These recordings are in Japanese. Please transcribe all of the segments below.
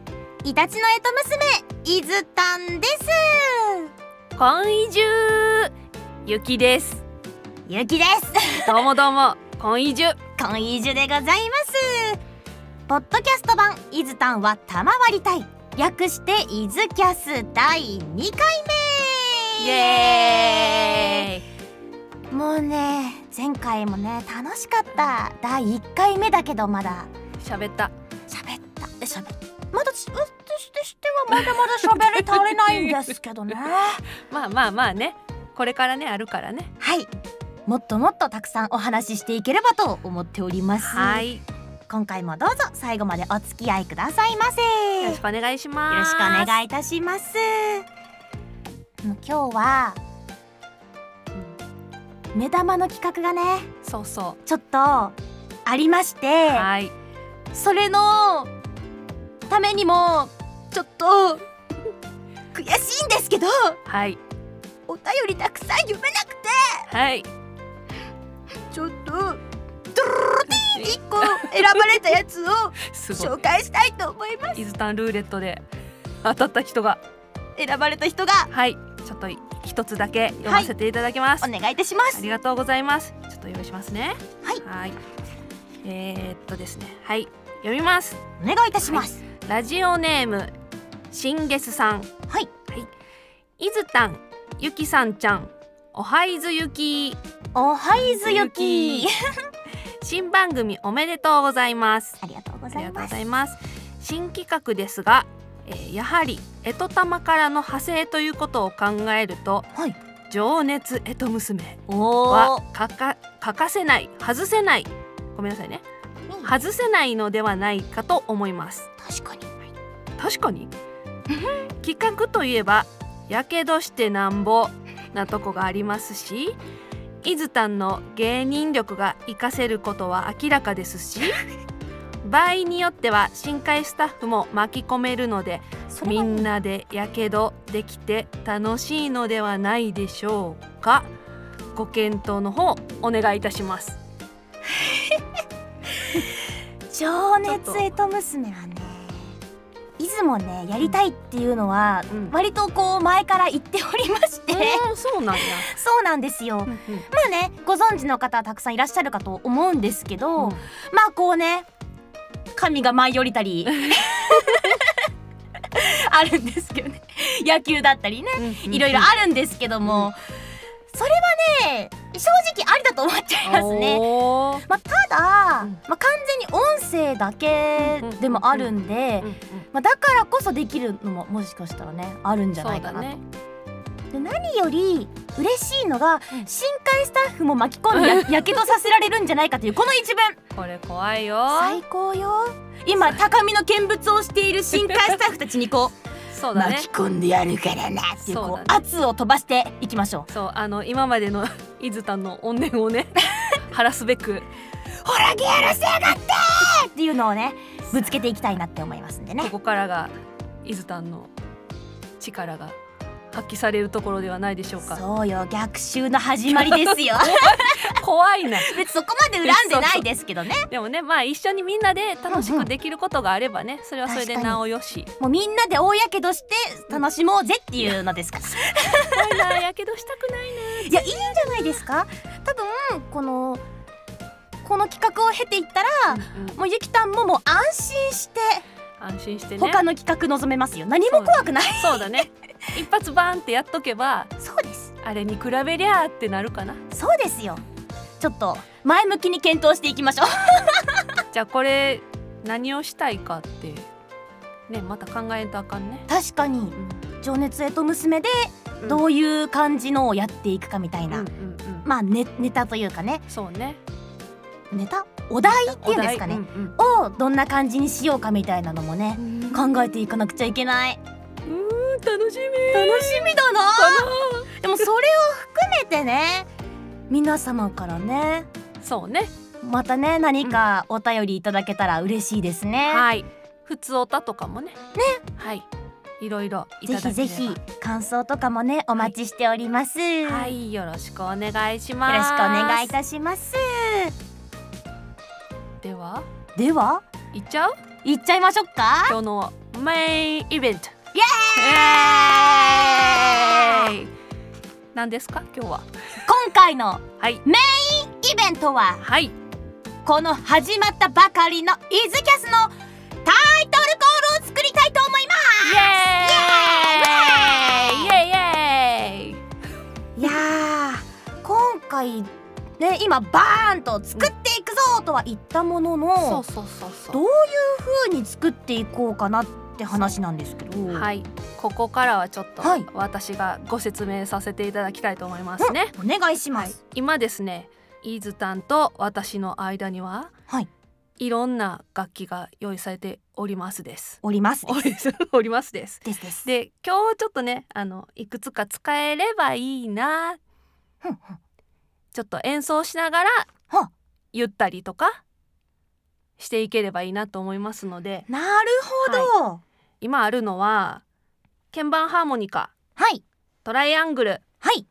ちのえと娘いずたんですこんいじゅうゆきですゆきですどうもどうもこんいじゅこんいじゅでございますポッドキャスト版いずたんは賜りたい略していずキャス第2回イ目エもうね前回もね楽しかった第1回目だけどまだーイ喋った喋ったえ喋っまだ私としてはまだまだ喋り足りないんですけど ねまあまあまあねこれからねあるからねはいもっともっとたくさんお話ししていければと思っておりますはいよ今回もどうぞ最後までお付き合いくださいませよろしくお願いしますろしくお願いいたしますもう今日は目玉の企画がねそうそちょっとありましてうはいそれのためにもちょっと悔しいんですけどはいお便りたくさん読めなくてはいちょっとドロロティー1個選ばれたやつをすごい紹介したいと思います伊豆タンルーレットで当たった人が選ばれた人がはいちょっと一つだけ読ませていただきます、お願いいたしまあすりがとうございますちょっと用意しますねはいいえー、っとですねはい読みますお願いいたしますラジオネームしんげすさんはいいずたんゆきさんちゃんおはいずゆきおはいずゆき新番組おめでとうございますありがとうごあざりいがとうまごすざいます新企画ですが、えーやはりえとたまからの派生ということを考えるとはい情熱えと娘おは欠か欠かせない外せないごめんなさいねーは外せないのではないかと思います確かに確かに企画といえばやけどしてなんぼなとこがありますし伊豆丹の芸人力が活かせることは明らかですし場合によっては深海スタッフも巻き込めるのでそれみはんなでやけどできて楽しいのではないでしょうかご検討の方お願いいたします情ちょっ熱とえと娘はねいつもねやりたいっていうのは、うん割とこう前から言っておりまして、うんそうなんだ、そうなんですよ、まあねご存知の方はたくさんいらっしゃるかと思うんですけど、うんまあこうね神が舞い降りたり あるんですけどね野球だったりねいろいろあるんですけども、うんそれはね正直ありだと思っちゃいますね。おーまあ、ただ、うんまあ、完全に音声だけでもあるんで、まあ、だからこそできるのももしかしたらねあるんじゃないかなと、で何より嬉しいのがうん深海スタッフも巻き 込んでややけどさせられるんじゃないかというこの一文これ怖いよ最高よ今高みの見物をしている深海スタッフたちにこ そううだね巻き込んでやるからなっていうこうそうだね圧を飛ばしていきましょそうあの今までの 伊豆丹の怨念をね 晴らすべくうほらギャラせやがってっていうのをねぶつけていきたいなって思いますんでねここからが伊豆丹の力が発揮されるところではないでしょうかそうよ逆襲の始まりです よ怖いな別にそこまで恨んでないですけどねでもねまあ一緒にみんなで楽しくできることがあればねそれはそれで確かになおよしもうみんなで大やけどして楽しもうぜっていうのですから怖いなやけどしたく ないいやいいんじゃないですか多分このこの企画を経ていったらな、もうゆきたんももう安心して安心してね他の企画望めますよ、何も怖くないそうだね一発バーンってやっとけばそうですあれに比べりゃーってなるかなそうですよちょっと前向きに検討していきましょうじゃあこれ何をしたいかってねまた考えんとあかんね。 確かに情熱へと娘でどうういう感じのをやっていくかみたいんな、うんうんまあネネタというかねそうね。ネタお題っていうんですかね、お題うんをどんな感じにしようかみたいなのもねうんう考えていかなくちゃいけないーん楽しみ。楽しみだなかでもそれを含めてね皆様からねなそうね。またね何かお便りいただけたら嬉しいですね、はい。普通おたとかもね。ね。はい。いろいろいたぜだけひればぜひ感想とかもねお待ちしております、はよいよろしくお願いします。ろしくお願いいたしますではでは行っちゃう行っちゃいましょうか今日のメインイベントイイエーイ何ですか今日は今回のはいイベントははいこの始まったばかりのイズキャスのタイトルコールを作りたいと思いまイエーイイエーイイエーイすいやー今回ね今バーンと作っていくぞとは言ったものの、そうそうそうそうどういう風に作っていこうかなって話なんですけど、はい、ここからはちょっとはい私がご説明させていただきたいと思いますね。お願いしまはいす。、今ですね、イズタンと私の間には、はい、いろんな楽器が用意されております です。おります。おりおりますです。ですです。で、今日ちょっとね、あのいくつか使えればいいな、ふんふんちょっと演奏しながらはあゆったりとかしていければいいなと思いますので、なるほど。今あるのは鍵盤ハーモニカ、はいトライアングル、はい。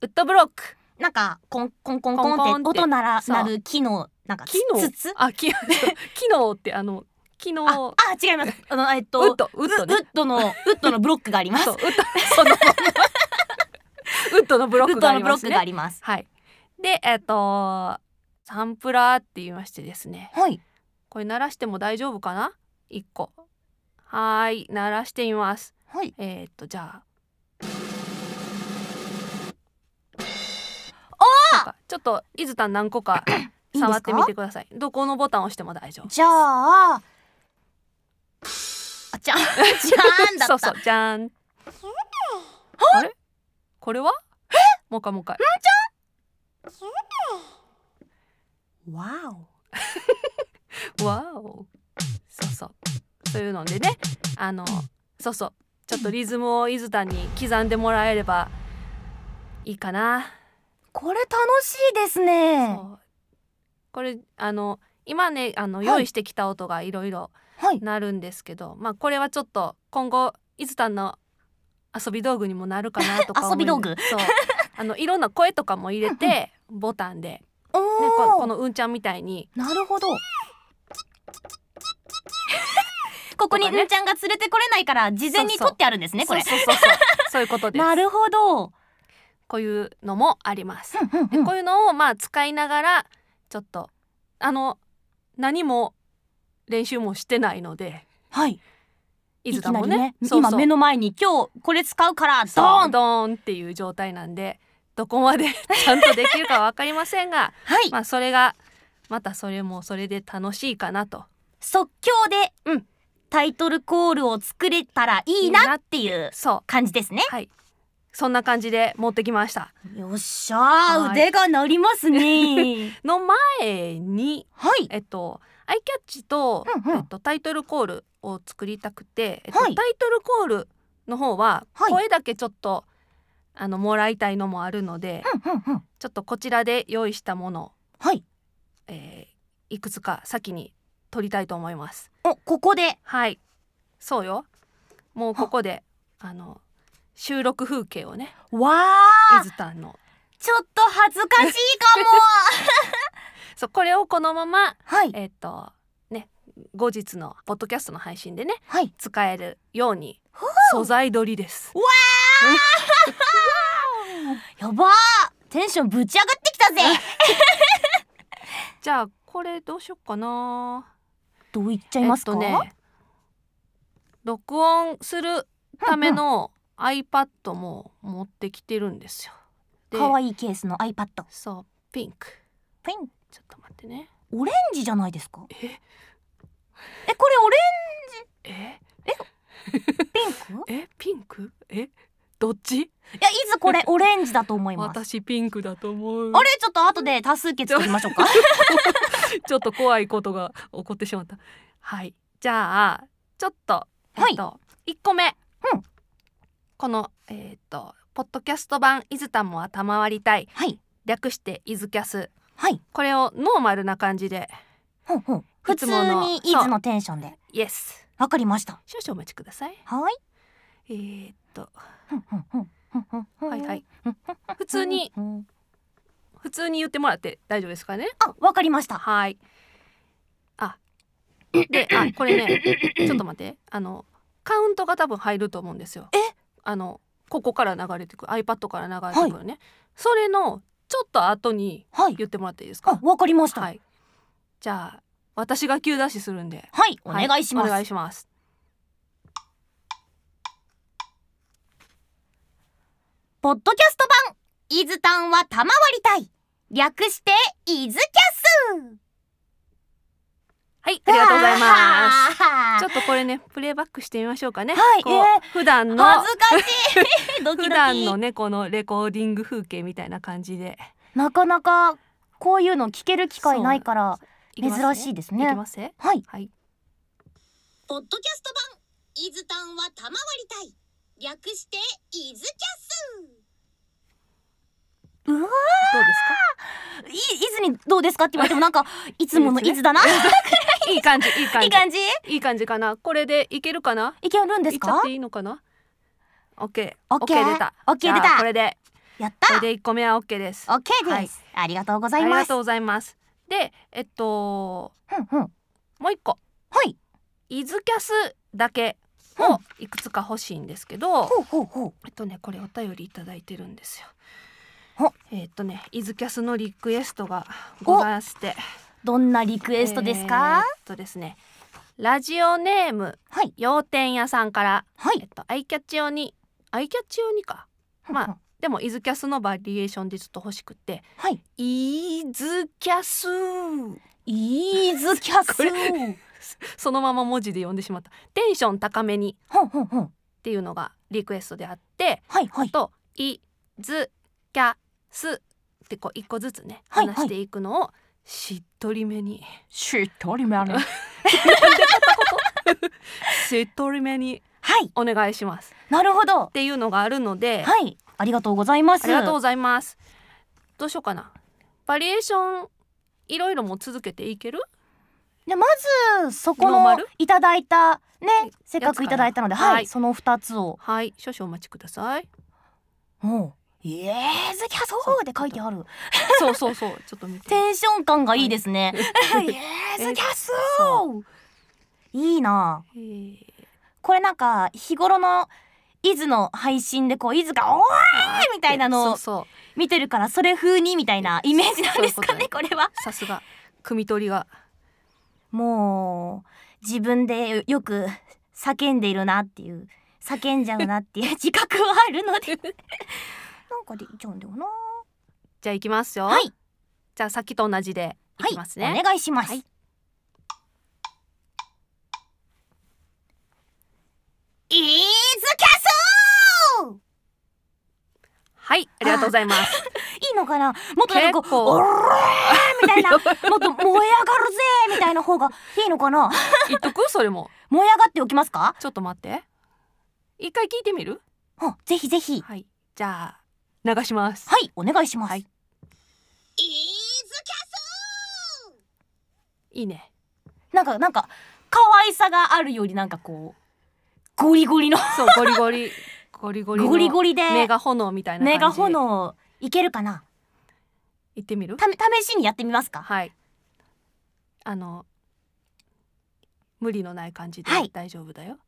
ウッドブロック。なんかコンコンコンコンココンンっってて音ならそうなる木のなんかつ木のつつ。あ、き、 昨日ってあの昨日あ、あ違います。あのえっとウッドウッウドねウ。ッドのウッドのブロックがあります。そうウウッドそのウッドのブロッックがドあのりブロまッすクがあね。ります。はい。でえっとサンプラーって言いましてですね。はい。これ鳴らしても大丈夫かな？一個。はーい鳴らしてみます。はい。えーっとじゃあ。なんかちょっと伊豆たん何個か いいですか触ってみてくださいどこのボタンを押しても大丈夫じゃあ。あ ちゃんじゃんだった。そうそうじゃーんあれこれはもう一回もう一回わお。わおそうそうというのでねあのそうそうちょっとリズムを伊豆たんに刻んでもらえればいいかな、これ楽しいですね。そうこれあの今ねあのはい用意してきた音がいろいろはい。なるんですけど、まあこれはちょっと今後伊豆たんの遊び道具にもなるかなとか思遊び道具いそうあのいろんな声とかも入れてボタンでおね、こお。このうんちゃんみたいになるほど。 ここにとかねうんちゃんが連れてこれないから事前にそうそう取ってあるんですねこれ。そうそうそうそうそういうことですなるほど。こういうのもあります、ででこういうのをまあ使いながらちょっとあの何も練習もしてないのではい。いいずきだなもりねね。そう今そう目の前に今日これ使うからドそうーン。ドーンっていう状態なんでどこまで ちゃんとできるかわかりませんがはい。まあそれがまたそれもそれで楽しいかなと即興で、うんタイトルコールを作れたらいいいいななっていうそ感じですね。うはいそんな感じで持ってきましたよっしゃーはい腕が鳴りますね。の前に はい。えっと、アイキャッチと、うんうんえっと、タイトルコールを作りたくて、えっとはいタイトルコールの方ははい声だけちょっと、あのもらいたいのもあるので、うんうんうん。ちょっとこちらで用意したもの、はい。えーいくつか先に取りたいと思います。おここではい、そうよ。もうここであの収録風景をね、わイあズタンの、ちょっと恥ずかしいかも。そうこれをこのまま はいえっとね、後日のポッドキャストの配信でね。はい。使えるように素材取りです。やばーテンションぶち上がってきたぜじゃあこれどうしようかな。どう言っちえゃいますか、っとね、録音するための iPad も持ってきてるんですよ。で可愛いケースの iPad そうピンク。ピンちょっと待ってね。オレンジじゃないですかええこれオレえンピンクえピンク？えどっち？ いやいずこれオレンジだと思います私ピンクだと思う。あれちょっと後で多数決取りましょうか ちょっと怖いことが起こってしまった。はい。じゃあちょっとはいえっと一個目。うんこのえっとポッドキャスト版イズタンも頭割りたいはい略してイズキャス。はいこれをノーマルな感じで。ほんほん普いつ通ものにいずのテンションでイエス。わかりました少々お待ちください。はいえーっとふんふんふんふんふんふんはいはい。普通にふん普通に言ってもらって大丈夫ですかね。あわかりました はい。あ。で、あ、これね、ちょっと待って、あの、カウントが多分入ると思うんですよ。えあのここから流れてく iPad から流れてくるね、それのちょっと後にはい言ってもらっていいですあかわかりましたは、はいいじゃあ私が急出しするんでお願いします、お願いしますポッドキャスト版伊豆タンは賜りたい略して伊豆キャスはいありがとうございますすちょっとこれねプレイバックしてみましょうかねはいこうえー普段の恥ずか しいドキドキ普段のねこのレコーディング風景みたいな感じでなかなかこういうの聞ける機会ないからいきます珍しいですねいきますねはいはいポッドキャスト版伊豆タンは賜りたい略して伊豆キャスうわどうですい伊豆にどうですかって言われてもなんか いつもの伊豆だな かいい感じいいい感じい感じいい感じかなこれでいけるかないけるんですいっちゃかっていいのかなオッケーオッケー出たオッケー出たじゃあこれでやっこたれで一個目はオッケーですオッケーはでいす、ありがとうござあいりまがすとうございますでえっとうんうんもう一個はいイズキャスだけうんをいくつか欲しいんですけど、ほうほうほうえっとねこれお便りいただいてるんですほよ。えっとねイズキャスのリクエストがございまして。どんなリクエストですか、えっとですねラジオネームはい洋店屋さんから、はえっいと、アイキャッチ用にアイキャッチ用にかまあでもイズキャスのバリエーションでちょっと欲しくってはいイズキャスイーズキャスこれそのまま文字で読んでしまったテンション高めにほんほんほんっていうのがリクエストであってはいはいとイズキャスってこう一個ずつねはいはい話していくのをしっとり めにしっとりめねしっとりめにはいお願いしますなるほどっていうのがあるので、はいありがとうございますありがとうございます。どうしようかな。バリエーションいろいろも続けていける？でまずそこノーマのルいただいたねせっかやつかくないただいたのではいはいその二つをはい、少々お待ちください。もうイエーズキャスそうって書いてあるそうそうそう、ちょっと見て。テンション感 がいいですねイエーズキャスいいなえーこれなんか日頃の伊豆の配信でこう伊豆がおーみたいなのをそうそう、見てるからそれ風にみたいなイメージなんですかねこれはさすが汲み取りが。もう自分でよく叫んでいるなっていう叫んじゃうなっていう自覚はあるの でなんかできちゃうんだよなじゃあ行きますよ。はいじゃあさっきと同じで行はいきますね。お願いします、はいイーズキャソーはい、ありがとうございます。いいのかなもっとなんか結こ構う「おらー!」みたいなもっと燃え上がるぜみたいな方がいいのかな言っとくそれも。燃え上がっておきますかちょっと待って。一回聞いてみる？あぜひぜひはい。じゃあ流します。はいお願いします、はいイーズキャいいね。なんかなんか可愛さがあるよりなんかこうゴリゴリのそう、ゴリゴ リ。ゴリゴリの。ゴリゴリで目が炎みたいな感じ。目が炎いけるかな行ってみるため試しにやってみますかはいあの無理のない感じではい大丈夫だよ、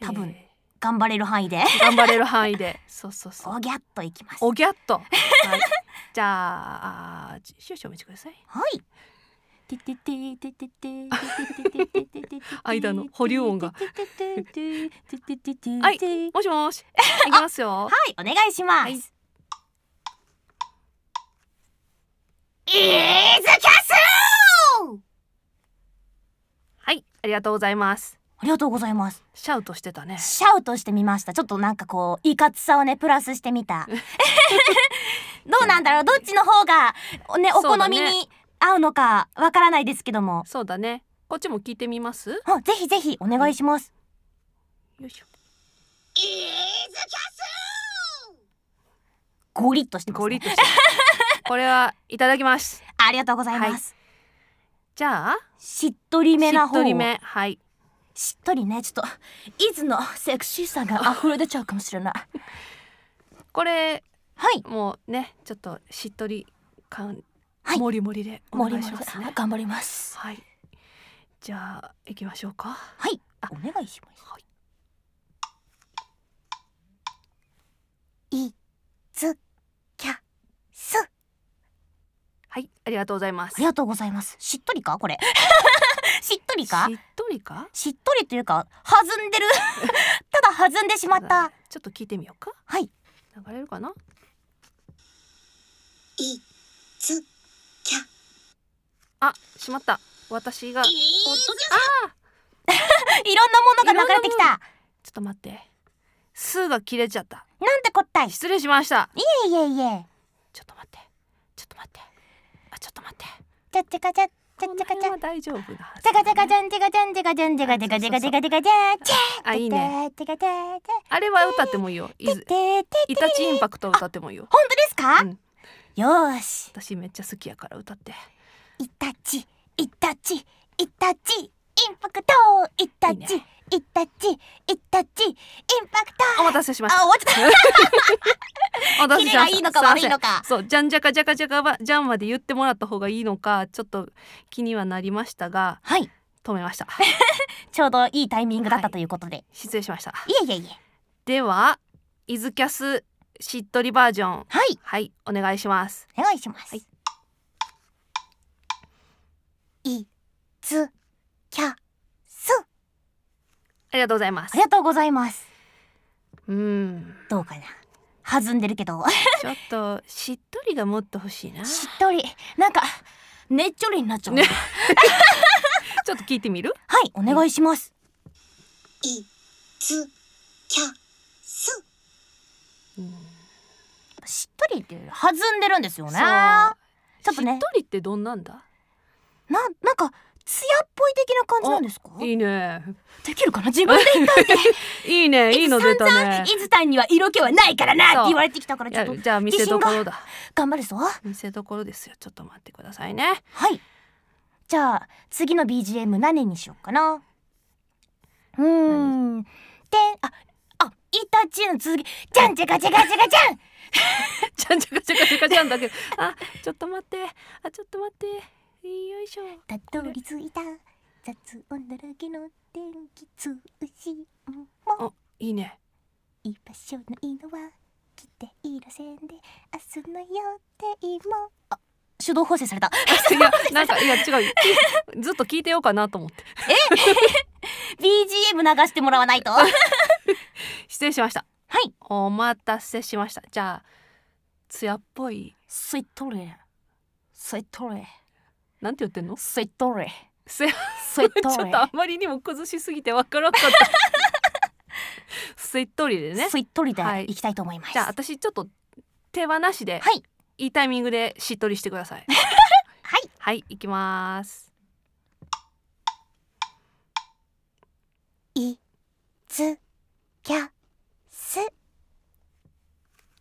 多分え頑張れる範囲でー頑張れる範 囲でそうそうそうおぎゃっといきますおはぎゃっと、はい、じゃああー少々お待ちくださいいてててててててててててて間の保留音がててててててててはいてもしもしいきますよ はいお願いしますはいイーズキャスはいありがとうございますありがとうございますシャウトしてたねシャウトしてみましたちょっとなんかこういかつさをねプラスしてみ たどうなんだろうどっちの方がねおそう好だみねに合うのかわからないですけども、そうだねこっちも聞いてみますよあぜひぜひお願いしますいしょゴリッとしてます、ね、ゴリッと してこれはいただきますありがとうございます、じゃあしっとりめしなっ方とりめはいしっとりねちょっと伊豆のセクシーさが溢れ出ちゃうかもしれないこれはいもうねちょっとしっとり感、はいもりもりでおもり願いもしりますね頑張りますはいじゃあ行きましょうかはいあお願いしますはいありがとうございますありがとうございますしっとりか これしっとりかしっとりかしっとりというか弾ん でるただ弾んでしまったちょっと聞いてみようかはい流れるかなイズキャあしまった私がイポッドキャあーいろんなものが流れてきたちょっと待って数が切れちゃったなんてこったい失礼しましたいえいえちょっと待ってちょっと待ってあちょっと待ってちゃっちゃかちゃっちゃっちゃかちゃこの辺は大丈夫なはずちゃかちゃかちゃんちゃかちゃんちゃかちゃんちゃかちゃかちゃかちゃかちゃかちゃちゃあいいねちゃかちゃちゃあれは歌ってもいいよいてずててイタチインパクト歌ってもいいよ本当ですか、うんよーし私めっちゃ好きやから歌ってイタチイタチイタチインパクトイタいいチねイタチイタチインパクトお待たせしましたあ終わっちゃったお待たせキレしまがいしたいのかすま悪せいんのかそうじゃんじゃかじゃかじゃかはじゃんまで言ってもらった方がいいのかちょっと気にはなりましたがはい止めました ちょうどいいタイミングだったはいということで、失礼しましたい、えいえいえではイズキャスしっとりバージョはンいはいお願いしますお願いします、、はいつきゃすありがとうございまあすりがとうございますうんどうかな弾んでるけど ちょっとしっとりがもっと欲しい なしっとりなんかねっちょりになっちゃ う、ねちょっと聞いてみるはいお願いしますイズキャスしっとりっていうより弾んでるんですよそうねなちょっとねしっとりってどんなんだなんかツヤっぽい的な感じなんですかいいねできるかな自分 で言ったっていいねいいの出たね伊豆さんには色気はないからなってそう言われてきたからいちょっやとじゃあ見せどころだ頑張るぞは見せどころですよちょっと待ってくださ いねいじゃあ次の BGM 何にしようかなうーんてんああイタチの続きじゃんじゃかじゃかじゃかじゃんちゃんちゃかちゃかちゃかちゃんだけどあちょっと待ってあちょっと待ってよいしょたどり着いた雑音だらけの電気通信もいいね居場所ないのは来ている線で明日の予定もあ手動補正された いやなんかいや違うずっと聞いてようかなと思って BGM 流してもらわないと は失礼しましたいお待たせしましたじゃあ艶っぽいスイットレスイットレなんて言ってんのスイットレ艶スイッ ちょっトレとあまりにも崩しすぎてわからんかった スイットリでねスイットリではいいきたいと思います、じゃあ私ちょっと手放しで、はい、いいタイミングでしっとりしてくださ いはいはい行きますいつきゃす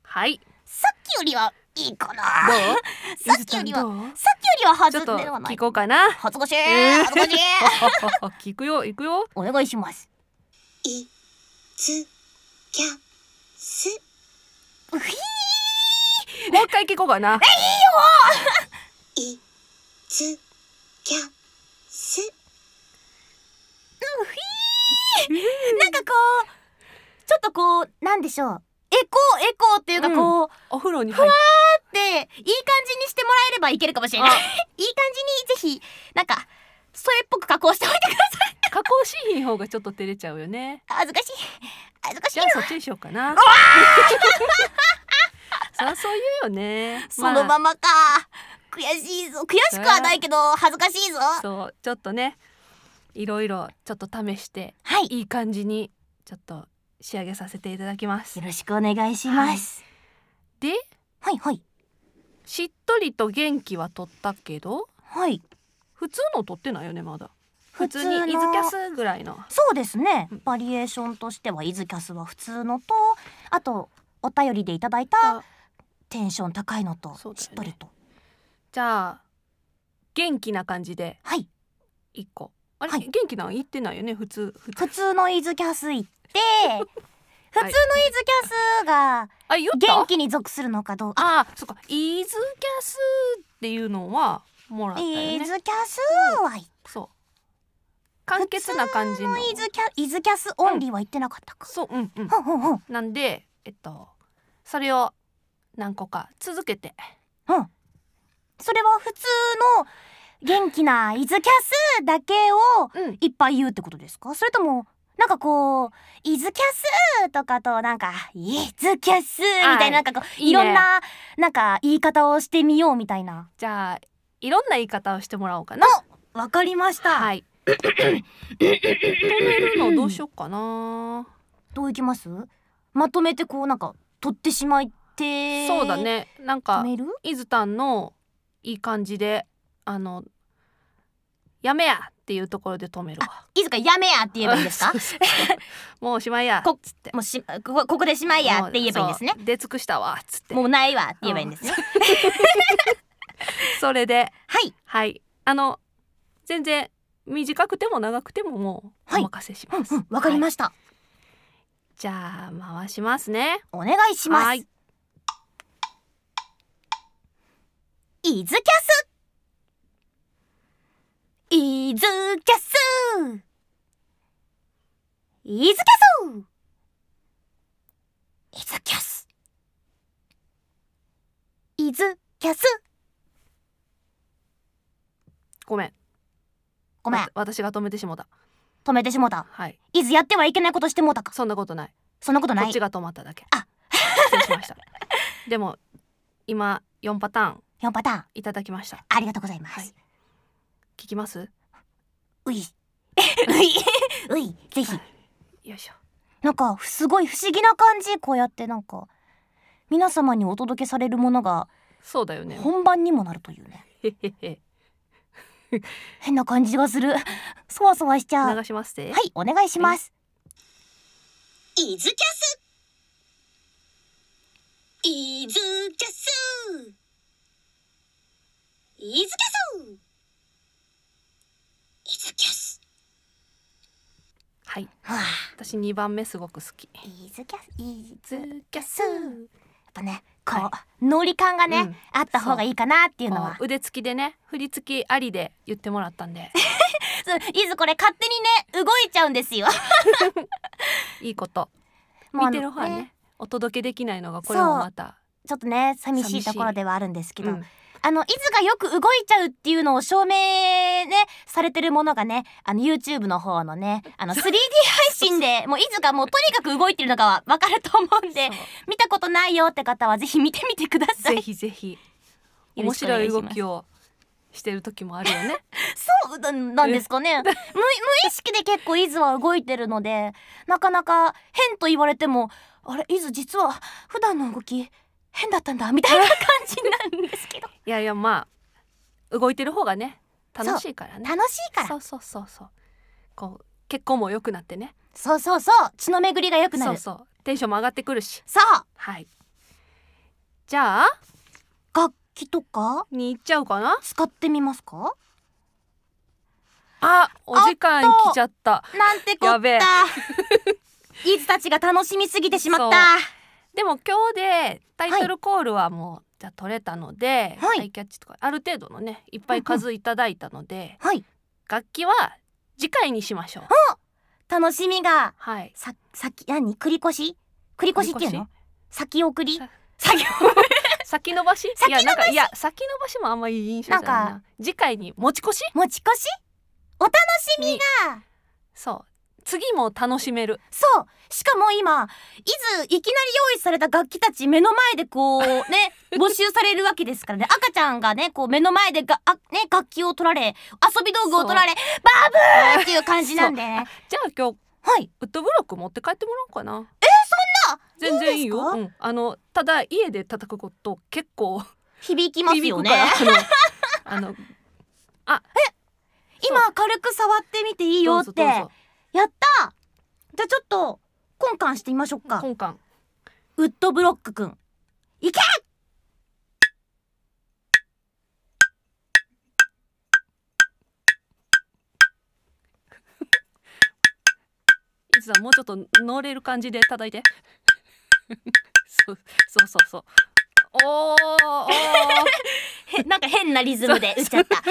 はいさっきよりはいいかなどう さっきよりは伊豆さんどうさっきよりはちょっ弾とんではない聞こうかな恥ずかしい、えー恥ずか しい聞くよ行くよお願いしますイズキャスうひもう一回聞こうかなイズキャスなんかこうちょっとこうなんでしょうエコーエコーっていうかこう、お風呂に入っでいい感じにしてもらえればいけるかもしれ ないいい感じにぜひなんかそれっぽく加工しておいてくださいて加工しひん方がちょっと照れちゃうよね恥ずかしい恥ずかしいじゃあそっちにしようかな そりゃそう言うよ ねそのまままか悔しいぞ悔しくはないけど恥ずかしいぞあ、そうちょっとねいろいろちょっと試してはいいい感じにちょっと仕上げさせていただきますよろしくお願いしますではいはいしっとりと元気は取ったけどはい普通の取ってないよねまだ普普通通のにイズキャスぐらいのそうですねうんバリエーションとしてはイズキャスは普通のとあとお便りでいただいたテンション高いのとそうだよねしっとりとじゃあ元気な感じではい一個あれ、はい元気なん言ってないよね普通普通普通のイズキャス行って 普通のイズキャスがあ言った元気に属するのかどうか。あそっかイズキャスっていうのはもらったよイねズキャスはいそう簡潔な感じのイズキャイズキャスオンリーは言ってなかったか。そううんうんほんほんほん。なんでえっとそれを何個か続けてそれは普通の元気なイズキャスだけをうんいっぱい言うってことですかそれともなんかこう「イズキャス」とかとなんか「イズキャス」みたいななんかこういいねいろんななんか言い方をしてみようみたいな。じゃあいろんな言い方をしてもらおうかなわかりました、はい止めるのどうしようかなどういきますまとめてこうなんか取ってしまいってそうだねなん止かめる伊豆たんのいい感じであのやめやっていうところで止めるわいつかやめやって言えばいい ですかもうおしまいやこつって もうしここここでしまいやって言えばいいんですねもうそう出尽くしたわっつってもうないわって言えばいいんですねそれではいはいあの全然短くても長くてももうおはい任せしうますんうんわかりはいました、じゃあ回しますねお願いします、はいイズキャスイズキャスイズキャスイズキャスイズキャスごめんごめんわ私が止めてしもた止めてしもうたはいイズやってはいけないことしてもうたかそんなことないそんなことなこっいちが止まっただけあ失礼し ましたでも今4パターン4パターンいただきましたありがとうございまはいす、聞きますうい ういう いぜひよいしょなんかすごい不思議な感じこうやってなんか皆様にお届けされるものがそうだよね本番にもなるというねへへへ変な感じがするそわそわしちゃうは流しますで、いお願いしますイズキャスイズキャスイズキャスイズキャスはいはあ私2番目すごく好きイーズキャスイーズズやっキャスぱねこう、はノリ感がね、うんあった方がいいかなっていうのは腕付きでね振り付きありで言ってもらったんでそうイズこれ勝手にね動いちゃうんですよいいこともうあ 見のてる方はねお届けできないのがこれもまたちょっとね寂し寂いしいところではあるんですけど、うんあの、伊豆がよく動いちゃうっていうのを証明ね、されてるものがね、あの、YouTube の方のね、あの、3D 配信で、もう伊豆がもうとにかく動いてるのがわわかると思うんでそ、見たことないよって方はぜひ見てみてくださうぜい。ひぜひよろ面しくお願白いいします動きをしてる時もあるよ ねそうななんですかね。無無意識で結構伊豆は動いてるので、なかなか変と言われても、あれ、伊豆実は普段の動き変だったんだ、みたいな感じなんです けど。いやいやまあ動いてる方がね楽しいからね楽しいから。そうそうそうそうこう血行も良くなってねそうそうそう。血の巡りが良くなそうる。そうテンションも上がってくるしそう。はいじゃあ楽器とかに行っちゃうかな使ってみますかあお時間あっと来ちゃったなんてこやっ べえたイズたちが楽しみすぎてしまっでも今日でタイトルコールはもう、じゃあ取れたので、はいアイキャッチとかある程度のねいっぱい数いただいたの で、たはい楽器は次回にしましょう、楽しみがはいさ先何繰り越し繰り越しっていうの先送りさ先送り先延ばし先延ばしいやなんかいや先延ばしもあんまいい印象じゃないななん次回に持ち越し持ち越しお楽しみにがそう次も楽しめるそうしかも今いずいきなり用意された楽器たち目の前で こうね募集されるわけですからね赤ちゃんがねこう目の前でがあ、ね、楽器を取られ遊び道具を取られバブーっていう感じなんでねじゃあ今日はいウッドブロック持って帰ってもらおうかなえそんな全然いいよいうん、あのただ家で叩くこと結構響きますよね響くから あのあの今軽く触ってみていいどようっぞてどうやっぞたじゃあちょっと交換してみましょうか今館ウッドブロックくんいけいつだもうちょっと乗れる感じで叩いて そうそうそうそうおーおーへなんか変なリズム で打っちゃった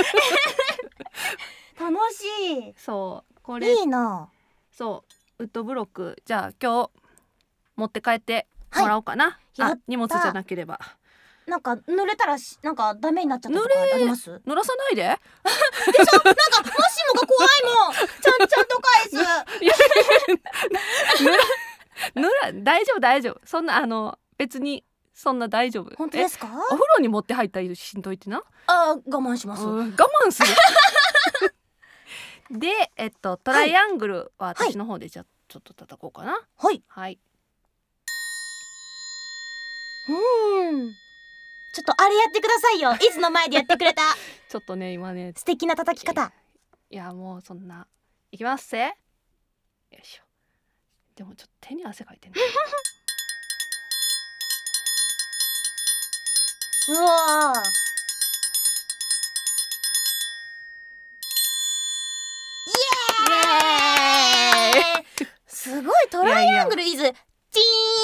楽し そうこいれいいなそうウッドブロックじゃあ今日持って帰ってもらおうかな、はいやっあた荷物じゃなければなんか濡れたらしなんかダメになっちゃったとかあります濡らさない でなんかもしもが怖いも んちゃんちゃんと返すぬらぬら大丈夫大丈夫そんなあの別にそんな大丈夫 本当えですかお風呂に持って入ったりしんといてな、あー我慢します、うん、我慢する でえっとトライアングルは私の方でじゃあちょっと叩こうかなはいはい、うんちょっとあれやってくださいよいつの前でやってくれ たちょっとね今ね素敵な叩き方いやもうそんないきますせよいしょでもちょっと手に汗かいてんねうわーえーすごいトライアングルイズチー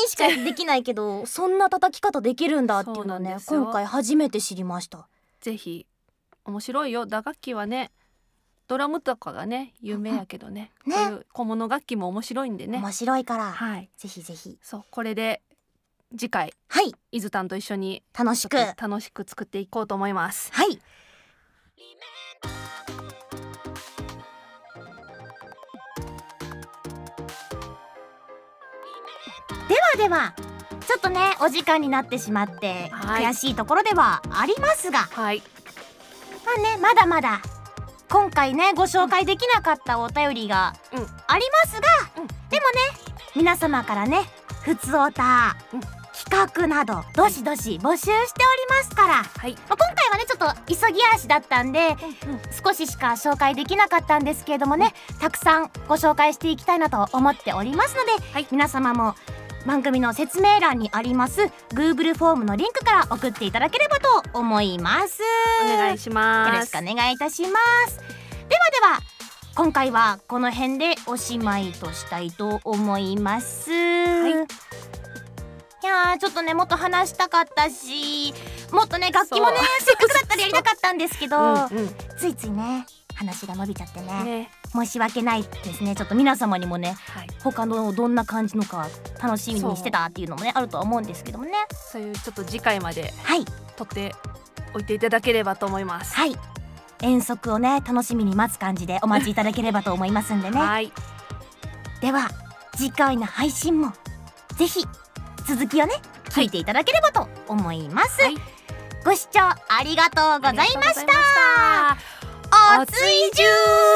ンしかできないけどそんな叩き方できるんだっていうのはそうなんねですよ今回初めて知りましたぜひ面白いよ打楽器はねドラムとかがね有名やけどねうんこねういう小物楽器も面白いんでね面白いからはいぜひぜひそうこれで次回はい伊豆たんと一緒に楽しちょっくとは楽しく作っていこうと思いますいではではちょっとねお時間になってしまってはい悔しいところではありますがはいまあねまだまだ今回ねご紹介できなかったお便りがうんありますが、うんでもね皆様からね「ふつおた」うん企画などどしどし募集しておりますから、まはい、あ、今回はねちょっと急ぎ足だったんで少ししか紹介できなかったんですけれどもねたくさんご紹介していきたいなと思っておりますので、はい皆様も番組の説明欄にあります Google フォームのリンクから送っていただければと思います。お願いしますよろしくお願いいたしますではでは今回はこの辺でおしまいとしたいと思います、い、やーちょっとねもっと話したかったしもっとね楽器もねせっかくだったらやりたかったんですけど、うんうんついついね話が伸びちゃってねね申し訳ないですねちょっと皆様にもねはい他のどんな感じのか楽しみにしてたっていうのもねあるとは思うんですけどもねそういうちょっと次回まではい撮っておいていただければと思いますはい遠足をね楽しみに待つ感じでお待ちいただければと思いますんでねはいでは次回の配信もぜひ続きをね聞いていただければと思います、はいご視聴ありがとうございましたありがとうございましたおついじゅう